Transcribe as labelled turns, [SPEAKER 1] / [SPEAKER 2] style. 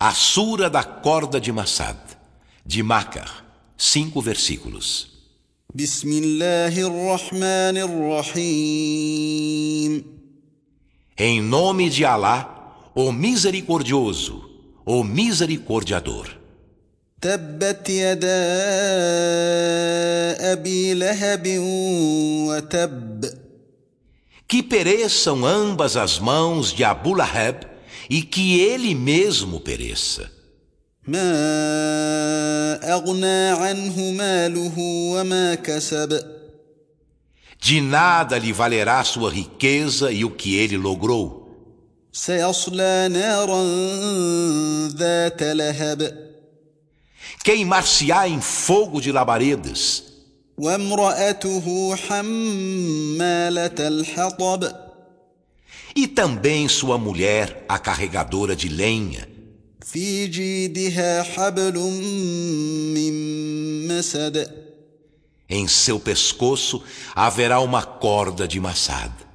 [SPEAKER 1] A Sura da Corda de Massad, de Macar, cinco versículos.
[SPEAKER 2] بسم الله الرحمن الرحيم
[SPEAKER 1] Em nome de Alá, o Misericordioso, o Misericordiador.
[SPEAKER 2] تبت يدا ابي لهب وتب
[SPEAKER 1] Que pereçam ambas as mãos de Abu Lahab e que ele mesmo pereça.
[SPEAKER 2] ما اغنى عنه ماله وما كسب
[SPEAKER 1] De nada lhe valerá sua riqueza e o que ele logrou.
[SPEAKER 2] سيصلى نارا ذات لهب
[SPEAKER 1] Queimar-se-á em fogo de labaredas.
[SPEAKER 2] وامراته حماله الحطب
[SPEAKER 1] E também sua mulher, a carregadora de lenha.
[SPEAKER 2] في جيدها حبل من مسد
[SPEAKER 1] Em seu pescoço haverá uma corda de maçada.